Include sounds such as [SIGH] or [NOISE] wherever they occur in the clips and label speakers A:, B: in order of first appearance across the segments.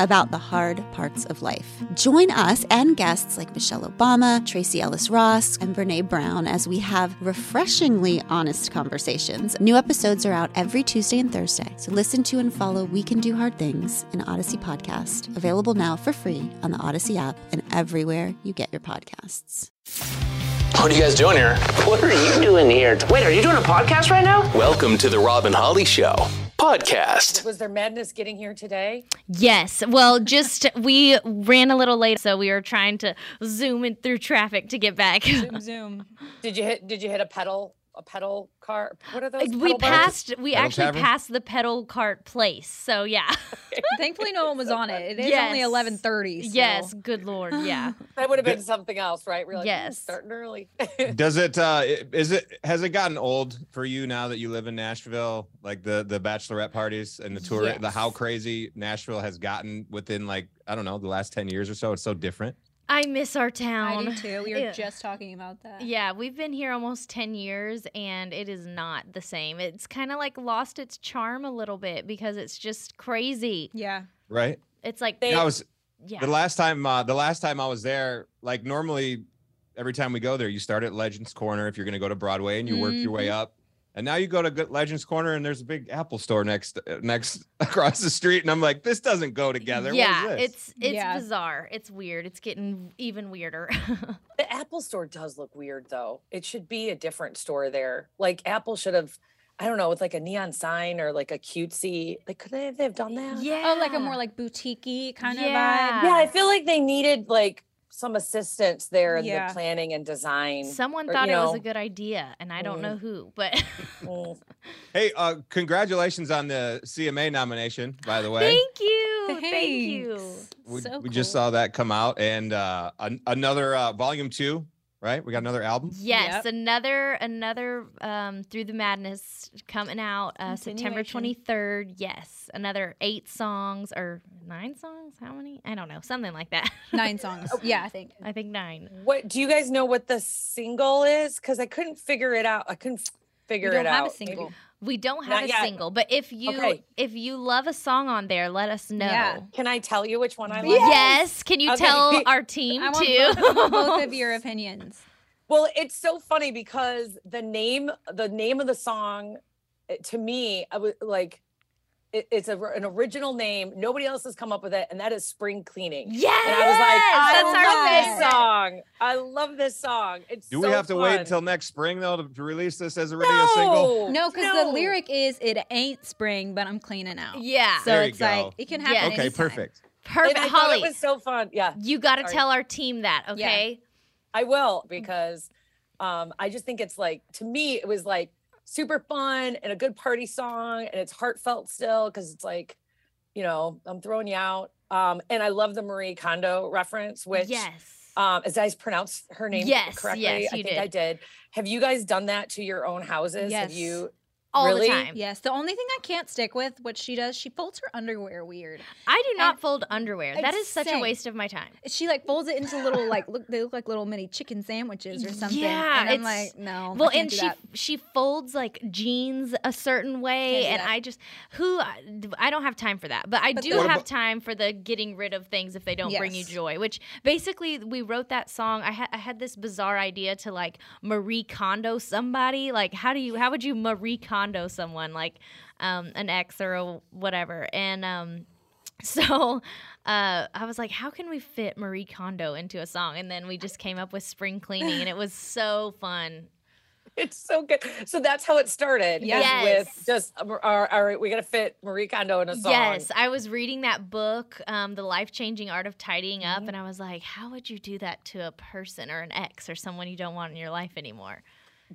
A: about the hard parts of life. Join us and guests like Michelle Obama, Tracy Ellis Ross, and Brene Brown as we have refreshingly honest conversations. New episodes are out every Tuesday and Thursday. So listen to and follow We Can Do Hard Things, an Odyssey podcast, available now for free on the Odyssey app and everywhere you get your podcasts.
B: What are you guys doing here?
C: What are you doing here?
D: Wait, are you doing a podcast right now?
B: Welcome to the Robin Holly Show podcast.
D: Was there madness getting here today?
E: Yes. Well, just we ran a little late, so we were trying to zoom in through traffic to get back.
F: Zoom.
D: Did you hit? Did you hit a pedal? A pedal car? What are those?
E: [LAUGHS] we
D: pedal bikes?
E: passed. We
G: Pedal
E: actually
G: tavern?
E: passed the pedal cart place. So yeah.
F: Thankfully, no one was on it. It is only
E: Yes.
F: eleven
E: [LAUGHS]
F: thirty.
E: Yes. Good lord.
F: [LAUGHS]
E: Yeah.
D: That would have been something else, right? Really?
E: Yes.
D: Starting early.
H: [LAUGHS]
D: [LAUGHS]
H: Does it uh i- is it has it gotten old for you now that you live in Nashville? Like the the bachelorette parties and the tour the how
E: Yes.
H: crazy Nashville has gotten within like I don't know, the last 10 years or so. It's so different.
E: I miss our town.
F: I do too. We were
E: Yeah.
F: just talking about that.
E: Yeah, we've been here almost 10 years and it is not the same. It's kind of like lost its charm a little bit because it's just crazy.
F: Yeah.
H: Right?
E: It's like,
D: They-
H: I was
E: yeah.
H: the last time uh the last time I was there, like normally every time we go there, you start at Legends Corner if you're gonna go to Broadway and you work your
E: Mm-hmm.
H: way up. And now you go to Good- Legends Corner and there's a big Apple store next uh, next [LAUGHS] across the street. And I'm like, this doesn't go together. What is
E: yeah,
H: this?
E: it's it's
F: Yeah.
E: bizarre. It's weird. It's getting even weirder. [LAUGHS]
D: the Apple store does look weird, though. It should be a different store there. Like Apple should have. I don't know, with like a neon sign or like a cutesy. Like, could they have done that?
F: Oh, like a more like boutiquey kind
E: Yeah.
F: of vibe.
D: Yeah, I feel like they needed like some assistance there in
F: Yeah.
D: the planning and design.
E: Someone
D: or,
E: thought
D: you
E: it was
D: know.
E: a good idea, and I don't
D: Mhm.
E: know who, but [LAUGHS]
D: Mm.
H: Hey, uh, congratulations on the CMA nomination, by the way.
E: thank you, thank you.
F: Thanks.
H: we,
F: so
H: we just
F: cool.
H: saw that come out, and uh, an- another uh, volume two, right? We got another album.
E: Yes,
F: Yep.
E: another another um, through the madness coming out uh, September twenty
F: Continuation.
E: third. Yes, another eight songs or nine songs? How many? I don't know, something like that.
F: nine songs.
E: Oh,
F: Yeah, I think.
E: [LAUGHS] I think nine.
D: What do you guys know what the single is? Because I couldn't figure it out. I couldn't f-
F: We
D: figure
F: don't
D: it
F: have
D: out.
F: a single.
D: Maybe-
E: We don't
D: Not
E: have a
D: yet.
E: single, but if you
D: Okay.
E: if you love a song on there, let us know.
F: Yeah.
D: Can I tell you which one I like?
E: Yes. Can you
D: Okay.
E: tell our team
F: I want
E: too?
F: both, both
E: [LAUGHS]
F: of your opinions.
D: Well, it's so funny because the name, the name of the song, it- to me, I was like, it, it's a, an original name. Nobody else has come up with it, and that is spring cleaning.
E: yes.
D: And I was like, I
E: that's
D: love
E: our
D: this song. I love this song. It's
H: Do
D: so
H: we have to wait
D: fun.
H: until next spring though to, to release this as a radio single?
E: Oh,
F: No, because the
D: no.
F: lyric is "It ain't spring, but I'm cleaning out."
E: Yeah.
F: So
H: There you
F: it's like
H: go.
F: it can
E: Yeah.
F: happen.
H: Okay,
F: anytime.
H: perfect.
D: And
E: Perfect,
D: I thought
E: Holly.
D: it was so fun. Yeah.
E: you got to
D: Sorry.
E: tell our team that,
F: Yeah.
E: okay?
D: I
E: Mm.
D: will because um, I just think it's like to me it was like super fun and a good party song and it's heartfelt still because it's like you know I'm throwing you out um, and I love the Marie Kondo reference which
E: yes.
D: um, as I pronounced her name
E: Yes,
D: correctly
E: yes,
D: I
E: you
D: think I did have you guys done that to your own houses have
F: Yes.
D: you [LAUGHS]
E: All
D: really?
E: the time.
F: Yes. The only thing I can't stick with what she does, she folds her underwear weird.
E: I do not
F: And-
E: fold underwear. That is such a
F: Insane.
E: waste of my time.
F: She like folds it into little like look they look like little mini chicken sandwiches or something.
E: Yeah,
F: and I'm
E: it's-
F: like no. I
E: well,
F: can't
E: and
F: do
E: she
F: that.
E: she folds like jeans a certain way,
F: Can't do
E: and
F: that.
E: I just who uh, I don't have time for that. But I
F: But
E: do
F: the- What
E: have
H: about-
E: time for the getting rid of things if they don't bring you
F: Yes.
E: joy. Which basically we wrote that song. I, ha- I had this bizarre idea to like Marie Kondo somebody. Like how do you how would you Marie Kondo someone like um, an ex or a whatever? And um, [LAUGHS] so uh, I was like, how can we fit Marie Kondo into a song? And then we just came up with spring cleaning, and it was so fun.
D: it's so good. So that's how it started. is
E: Yes.
D: With just uh, our, our we gotta fit Marie Kondo in a song.
E: Yes, I was reading that book, um, The Life Changing Art of Tidying
F: Mm-hmm.
E: Up, and I was like, how would you do that to a person or an ex or someone you don't want in your life anymore?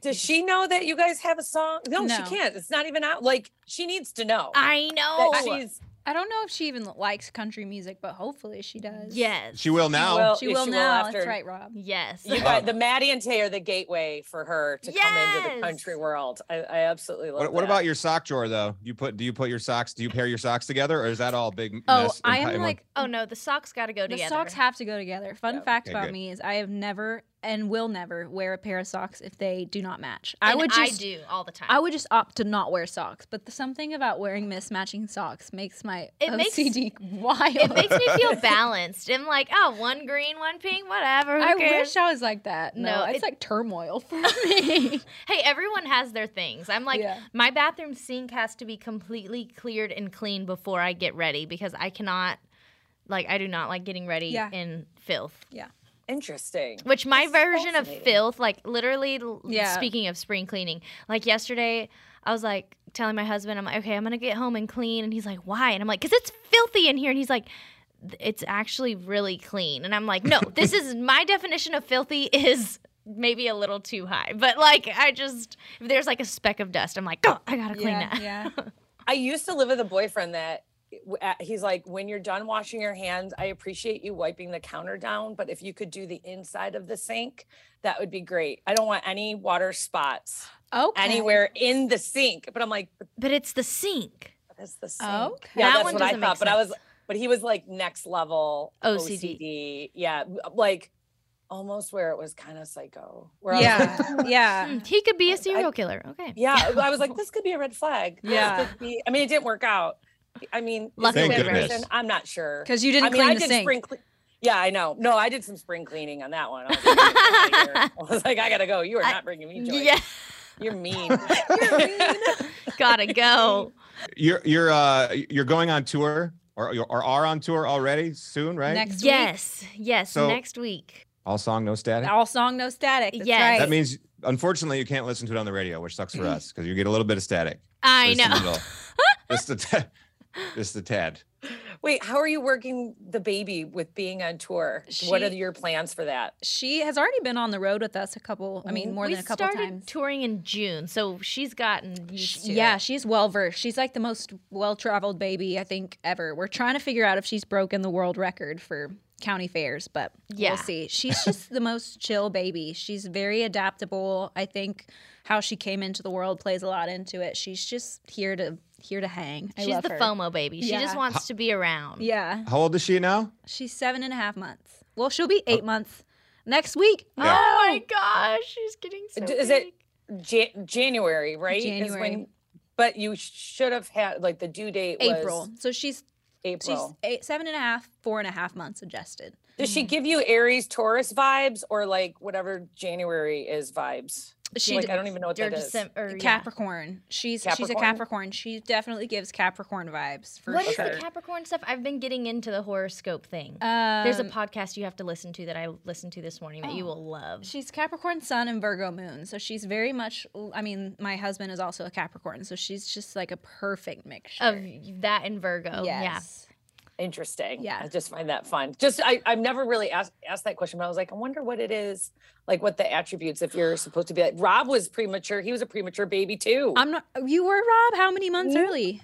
D: Does she know that you guys have a song? No, she
F: No.
D: can't. It's not even out. Like she needs to know.
E: I know.
D: that she's
F: I don't know if she even likes country music, but hopefully she does.
E: yes.
H: She will now.
D: will.
F: She
D: Yeah,
F: will
D: she will
F: now.
D: after-
F: That's right, Rob.
E: Yes.
D: you guys, the Maddie and Tay are the gateway for her to come into
E: Yes.
D: the country world. I, I absolutely love
H: What, what
D: that.
H: about your sock drawer though? You put do you put your socks? Do you pair your socks together, or is that all big?
F: Oh,
H: mess and
F: I
H: pie in
F: am
H: one-
F: like
E: Oh no, the socks got to go
F: the
E: together.
F: socks have to go together. Fun fact
H: Okay,
F: about
H: good.
F: me is I have never and will never wear a pair of socks if they do not match. I
E: And
F: would just
E: I do all the time.
F: I would just opt to not wear socks, but the, something about wearing mismatching socks makes my
E: It makes-
F: OCD [LAUGHS] wild.
E: it makes me
F: [LAUGHS]
E: feel balanced. I'm like, oh, one green, one pink, whatever. who
F: I
E: cares?
F: wish I was like that. No,
E: No,
F: it's
E: it-
F: like
E: [LAUGHS]
F: turmoil for me.
E: hey, everyone has their things. I'm like,
F: Yeah.
E: my bathroom sink has to be completely cleared and clean before I get ready because I cannot, like, I do not like getting ready
F: Yeah.
E: in filth.
D: interesting?
E: Which my version of
D: fascinating.
E: filth, like, literally, l-
F: Yeah.
E: speaking of spring cleaning, like yesterday, I was like telling my husband, I'm like, okay, I'm gonna get home and clean. And he's like, why? And I'm like, because it's filthy in here. And he's like, "Th- it's actually really clean. And I'm like,
F: [LAUGHS]
E: no, this is my definition of filthy is maybe a little too high. But like, I just, if there's like a speck of dust, I'm like, oh, I gotta clean
F: yeah,
E: that. [LAUGHS]
F: yeah.
D: I used to live with a boyfriend that w- at- he's like, when you're done washing your hands, I appreciate you wiping the counter down, but if you could do the inside of the sink, that would be great. I don't want any water spots
F: Okay.
D: anywhere in the sink. But I'm like, but
E: But it's the sink.
D: that's the sink.
F: Okay.
D: Yeah,
E: That
D: that's
E: one
D: what I
E: doesn't make
D: thought. But I was,
E: sense.
D: but he was like next level
E: OCD.
D: OCD. Yeah, w- uh, like almost where it was kind of psycho. Where I was like, [LAUGHS]
F: Yeah, [LAUGHS] yeah.
E: Hmm, He could be a
D: I-
E: serial killer. Okay.
F: [LAUGHS]
D: yeah, I was like, this could be a red flag. This
F: Yeah.
D: could be- I mean, it didn't work out. I mean, is
E: Lucky
D: it a bad
H: goodness.
D: person? I'm not sure.
F: Because you didn't
D: I mean,
F: clean
D: I
F: the
D: did
F: sink.
D: spring. Cle- yeah, I know. No, I did some spring cleaning on that one. I was like, "I'm outta here."
F: [LAUGHS]
D: I was like, I gotta go. You are
E: I-
D: not bringing me joy.
E: [LAUGHS] Yeah,
D: You're mean.
F: [LAUGHS]
E: gotta
D: [LAUGHS]
E: go.
H: you're you're uh you're going on tour or you or are on tour already soon, right?
F: Next week,
E: yes, yes,
H: So-
E: next week.
H: All song, no static.
F: all song, no static. That's
E: Yes.
F: right.
H: That means unfortunately you can't listen to it on the radio, which sucks for us because you get a little bit of static.
E: Mm-hmm. I
H: Just a
E: know.
H: little. Just a tad. Just a tad.
D: Wait, how are you working the baby with being on tour? what are
F: She-
D: your plans for that?
F: she has already been on the road with us a couple. I mean, more
E: Mm-hmm. we
F: than a couple
E: started
F: times.
E: touring in June, so she's gotten used to.
F: yeah,
E: it.
F: she's well versed. She's like the most well traveled baby I think ever. We're trying to figure out if she's broken the world record for county fairs, but
E: Yeah.
F: we'll see. She's just the most chill baby. She's very adaptable. I think how she came into the world plays a lot into it. She's just here to here to hang. I
E: she's
F: love
E: the
F: her.
E: FOMO baby. She
F: Yeah.
E: just wants to be around.
F: Yeah,
H: How old is she now?
F: she's seven and a half months. Well, she'll
D: Oh.
F: be eight months next week.
H: Yeah.
E: Oh my gosh, she's getting so.
D: D- is it-
E: big.
D: Jan- January, right? Is
F: January.
D: when, but you should have had like the due date
F: April.
D: was Oh.
F: So she's she's
D: April.
F: eight, seven and a half, four and a half months adjusted.
D: Does
F: mm-hmm.
D: she give you Aries Taurus vibes or like whatever January is vibes?
F: She
D: like I don't even know what
E: Or
D: that is.
E: Decem- or, yeah.
F: Capricorn. She's she's a
D: Capricorn?
F: Capricorn. She definitely gives Capricorn vibes for
E: What is
F: sure.
E: the Capricorn stuff? I've been getting into the horoscope thing.
F: um, Oh,
E: There's a podcast you have to listen to that I listened to this morning that you will love.
F: she's Capricorn Sun and Virgo Moon, so she's very much. I mean, my husband is also a Capricorn, so she's just like a perfect mixture.
E: of that and Virgo. Yeah.
F: yes, [LAUGHS]
D: Interesting.
F: Yeah.
D: I just find that fun. Just I, I've never really asked asked that question, but I was like, I wonder what it is, like what the attributes if you're supposed to be like Rob was premature. He was a premature baby too.
F: I'm not. You were Rob. How many months early?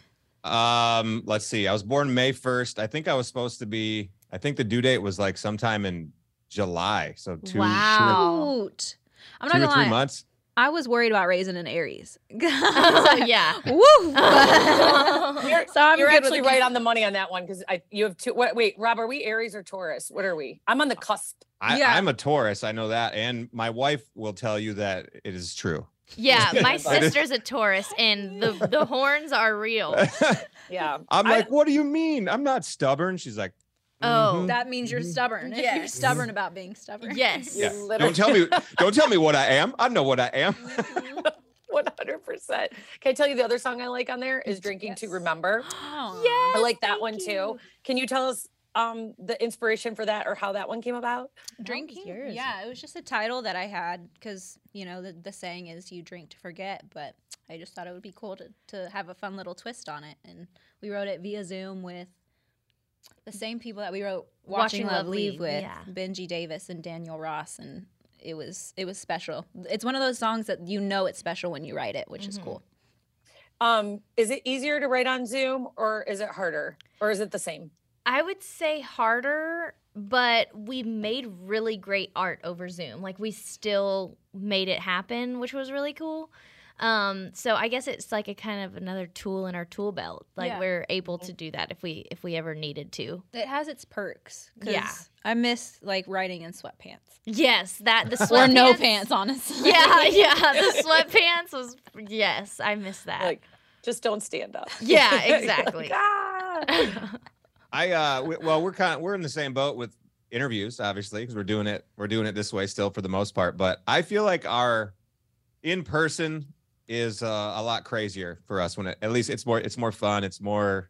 H: Um, let's see. I was born May 1st. I think I was supposed to be, I think the due date was like sometime in July. So two,
E: Wow. Oh.
F: Shoot. I'm
H: two, or- two
F: not gonna
H: or three
F: lie.
H: months.
F: I was worried about raising
E: [LAUGHS]
F: an Aries. [LAUGHS]
E: Oh, yeah. [LAUGHS]
F: Woo! but- so I'm
D: you're
F: good
D: actually
F: with the-
D: right on the money on that one because I you have two. What, wait, Rob, are we Aries or Taurus? What are we? I'm on the cusp.
H: I,
F: Yeah.
H: I'm a Taurus. I know that. And my wife will tell you that it is true.
E: [LAUGHS]
D: [LAUGHS]
E: Yeah, my
H: That is-
E: sister's a Taurus and the the horns are
D: [LAUGHS]
E: real.
D: Yeah,
H: I'm
D: I-
H: like, what do you mean? I'm not stubborn. She's like,
E: Oh.
H: "Mhm."
F: That means you're stubborn. [LAUGHS] If you're
E: Yes.
F: stubborn about being stubborn.
E: Yes.
D: Yeah.
H: yeah. Don't tell
E: [LAUGHS]
H: me, don't tell me what I am. I know what I am.
D: [LAUGHS] One hundred percent. Can I tell you the other song I like on there is "Drinking to
F: Yes.
D: Remember."
F: [LAUGHS] Oh.
E: Yes,
D: I like that
E: thank
D: one
E: you.
D: too. Can you tell us um the inspiration for that or how that one came about?
F: Drinking?
I: yours?
F: Yeah, it was just a title that I had because, you know, the, the saying is you drink to forget, but I just thought it would be cool to, to have a fun little twist on it. And we wrote it via Zoom with the same people that we wrote Watching, Love, Leave with,
E: yeah.
F: Benji Davis and Daniel Ross. And it was it was special. It's one of those songs that you know it's special when you write it, which is cool.
D: Um, is it easier to write on Zoom or is it harder? Or is it the same?
E: I would say harder, but we made really great art over Zoom. Like we still made it happen, which was really cool. Um, so I guess it's like a kind of another tool in our tool belt. Like
F: Yeah.
E: we're able to do that if we if we ever needed to.
F: Mm-hmm. It has its perks. 'cause
E: Yeah.
F: I miss like writing in sweatpants
E: Yes, that the
F: [LAUGHS] or
E: sweatpants.
F: no pants, [LAUGHS]
E: [LAUGHS]
F: honestly.
E: Yeah, yeah. The sweatpants was yes, I miss that. [LAUGHS]
D: Like just don't stand up.
E: Yeah,
D: [LAUGHS] You're like,
E: exactly.
D: "Ah."
H: I uh, we, well, we're kind of we're in the same boat with interviews, obviously, because we're doing it we're doing it this way still for the most part. But I feel like our in person is uh, a lot crazier for us when it, at least it's more it's more fun. It's more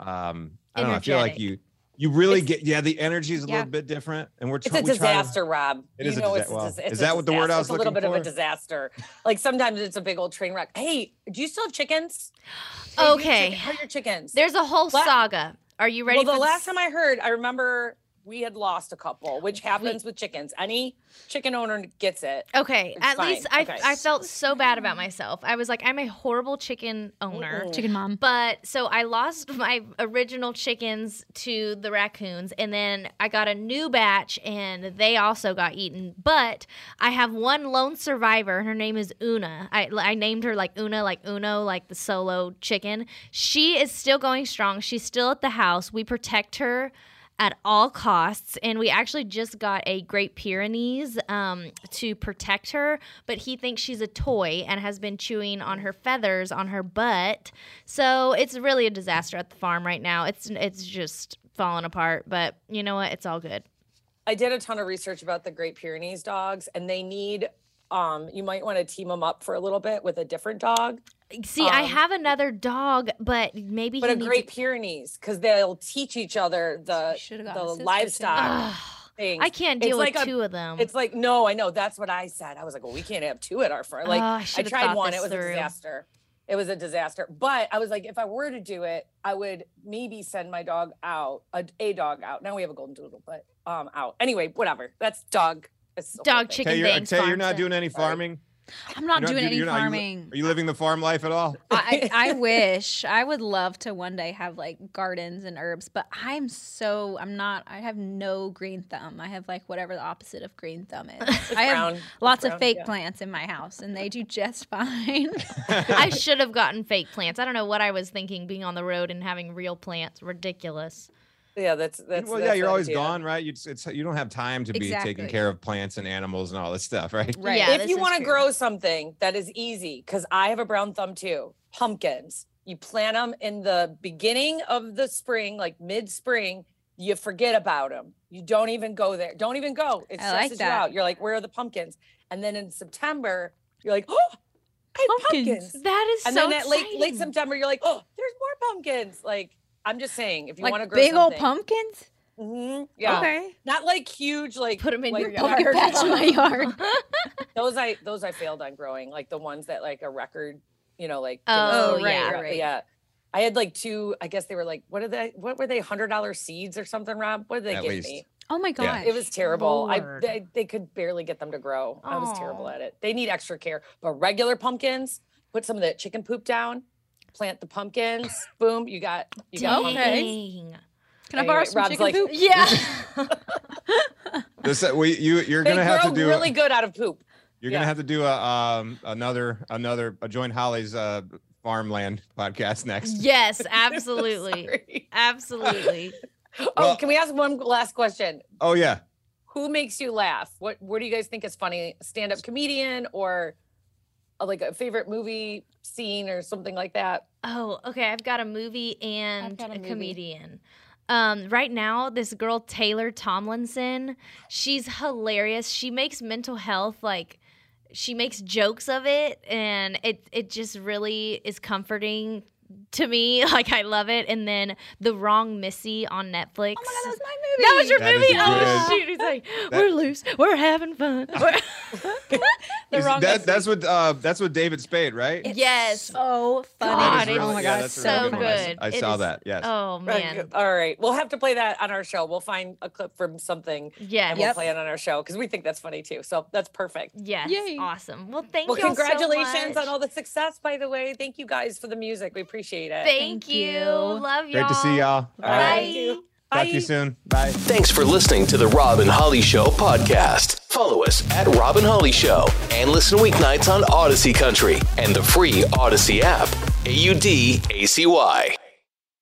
H: um, I don't know. I feel like you
E: Energetic.
H: you really
D: It's-
H: get yeah the energy is a
F: Yeah.
H: little bit different, and we're
D: It's
H: try-
D: a
H: we try to-
D: disaster, Rob.
H: It
D: you
H: is a
D: know,
H: disa-
D: it's, a
H: wow.
D: dis- it's
H: Is
D: a
H: that what the word I
D: disaster.
H: was
D: It's a little
H: looking
D: bit of a
H: for?
D: disaster. Like sometimes it's a big old train wreck. Hey, do you still have chickens? Hey, do you have
E: Okay.
D: chicken- How are your chickens?
E: There's a whole
D: La-
E: saga. Are you ready?
D: well,
E: for
D: the last
E: this?
D: time I heard, I remember we had lost a couple, which happens with chickens. Any chicken owner gets it.
E: Okay,
D: It's
E: at
D: fine.
E: least I
D: Okay.
E: I felt so bad about myself. I was like, I'm a horrible chicken owner.
D: Mm-mm.
I: Chicken mom.
E: But so I lost my original chickens to the raccoons, and then I got a new batch, and they also got eaten. But I have one lone survivor. and Her name is Una. I, I named her like Una, like Uno, like the solo chicken. She is still going strong. She's still at the house. We protect her at all costs. And we actually just got a Great Pyrenees um, to protect her, but he thinks she's a toy and has been chewing on her feathers on her butt. So it's really a disaster at the farm right now. It's it's just falling apart, but you know what? It's all good.
D: I did a ton of research about the Great Pyrenees dogs, and they need. Um, you might want to team them up for a little bit with a different dog,
E: See, I
D: Um,
E: have another dog, but maybe
D: but
E: he
D: a
E: needs
D: Great Pyrenees because they'll teach each other the
F: should've gotten
D: the
F: a sister, too.
D: livestock
E: Ugh,
D: things.
E: I can't
D: It's
E: deal
D: like
E: with
D: a-
E: two of them.
D: It's like no, I know that's what I said. I was like, well, we can't have two at our firm. Like
E: Oh, I
D: I,
E: should've
D: tried
E: thought
D: one,
E: this
D: it was a
E: through.
D: disaster. It was a disaster. But I was like, if I were to do it, I would maybe send my dog out, a, a dog out. Now we have a golden doodle, but um, out anyway. Whatever. That's dog. That's the whole
E: Dog,
D: thing.
E: chicken
H: Tay, you're,
E: things,
H: Tay, you're
E: farm
H: not
E: stuff.
H: doing any farming.
F: I'm not
H: You're
F: doing any
H: you're not- are you li-
F: farming.
H: Are you living the farm life at all?
F: I,
D: [LAUGHS]
F: I wish I would love to one day have like gardens and herbs, but I'm so I'm not. I have no green thumb. I have like whatever the opposite of green thumb is. I have
D: brown. [LAUGHS] It's
F: lots of
D: brown,
F: fake
D: yeah.
F: plants in my house, and they do just [LAUGHS] fine.
D: [LAUGHS]
E: I should have gotten fake plants. I don't know what I was thinking being on the road and having real plants. Ridiculous.
D: Yeah, that's that's.
H: well, yeah,
D: that's
H: you're
D: the
H: always
D: idea.
H: gone, right? You, it's, you don't have time to be
F: Exactly.
H: taking care of plants and animals and all this stuff,
D: [LAUGHS]
H: right?
F: right.
E: Yeah,
D: if
E: this
D: you
E: is
D: want to
E: true.
D: grow something that is easy, because I have a brown thumb too, pumpkins. You plant them in the beginning of the spring, like mid spring. You forget about them. You don't even go there. Don't even go. It
F: I like
D: stresses
F: that.
D: you out. You're like, where are the pumpkins? And then in September, you're like, oh, I have
F: Pumpkins.
D: pumpkins.
E: That is
D: And
E: so
D: then at late late
E: exciting.
D: September, you're like, oh, there's more pumpkins. Like I'm just saying, if you want to
F: like
D: grow
F: big old
D: something-
F: pumpkins.
D: Mhm, yeah,
F: Okay.
D: not like huge, like
E: Put 'em in
D: like
E: your
F: Pumpkin
D: yard.
F: patch in my yard.
D: those I those I failed on growing, like the ones that like a record, you know, like
E: Oh,
D: Guinness Book
F: right,
D: of Records,
F: right.
D: yeah. I had like two. I guess they were like, what are they? What were they? Hundred dollar seeds or something, Rob? What did they
H: At
D: give
H: least.
D: me?
F: Oh my
H: Yeah.
F: gosh.
D: It was terrible. I
I: Lord.
D: they, they could barely get them to grow. I was terrible
E: Aw.
D: at it. They need extra care. But regular pumpkins, put some of the chicken poop down, plant the pumpkins. boom, you got you got pumpkins.
E: Dang.
F: Can I borrow
D: Anyway,
F: some
D: Rob's
F: chicken
D: like, [LAUGHS]
F: poop?
E: Yeah.
H: This, uh, we, you, you're
D: They
H: gonna have
D: grow
H: to do
D: really
H: a,
D: good out of poop. [LAUGHS]
H: You're
D: Yeah.
H: gonna have to do a um another another a join Holly's uh farmland [LAUGHS] podcast
F: [LAUGHS]
H: next.
E: Yes, absolutely.
D: Sorry.
F: [LAUGHS]
E: Absolutely.
D: oh,
H: Well-
D: can we ask one last question?
H: Oh yeah.
D: who makes you laugh? What what do you guys think is funny? Stand up comedian or uh, like a favorite movie scene or something like that?
E: Oh, okay. I've got a movie and
F: got a
E: a,
F: movie.
E: comedian. Um, right now, this girl Taylor Tomlinson, she's hilarious. She makes mental health like she makes jokes of it, and it it just really is comforting to me. [LAUGHS] Like I love it. And then The Wrong Missy on Netflix.
F: Oh my god, that was [LAUGHS] my movie.
E: that was your
H: That is
E: movie.
H: a
E: Oh
H: good-
E: shoot! He's like,
H: That-
E: we're loose, we're having fun.
H: [LAUGHS]
E: We're-
F: the
H: Is
F: wrong.
H: that, that's what uh, that's what David Spade, right?
E: yes, Oh,
F: so
E: God,
F: funny.
H: That is
E: it's
H: really- yeah, that's a really
E: so
H: good one. I s-
E: good.
H: I
E: It
H: saw
E: is-
H: that. Yes.
E: Oh man,
D: All right. We'll have to play that on our show. We'll find a clip from something
E: yes,
D: and we'll play it on our show because we think that's funny too. So that's perfect.
E: yes,
F: Yay.
E: awesome. Well, thank
D: well,
E: you.
D: congratulations on all the success, by the way. Thank you guys for the music. We appreciate it.
E: Thank
F: Thank
E: you.
F: you.
E: Love you.
H: Great to see y'all. All
D: All right.
H: right.
D: Thank you.
H: Talk to you soon. Bye.
B: Thanks for listening to the Robin Holly Show podcast. Follow us at Robin Holly Show and listen weeknights on Odyssey Country and the free Odyssey app. A U D A C Y.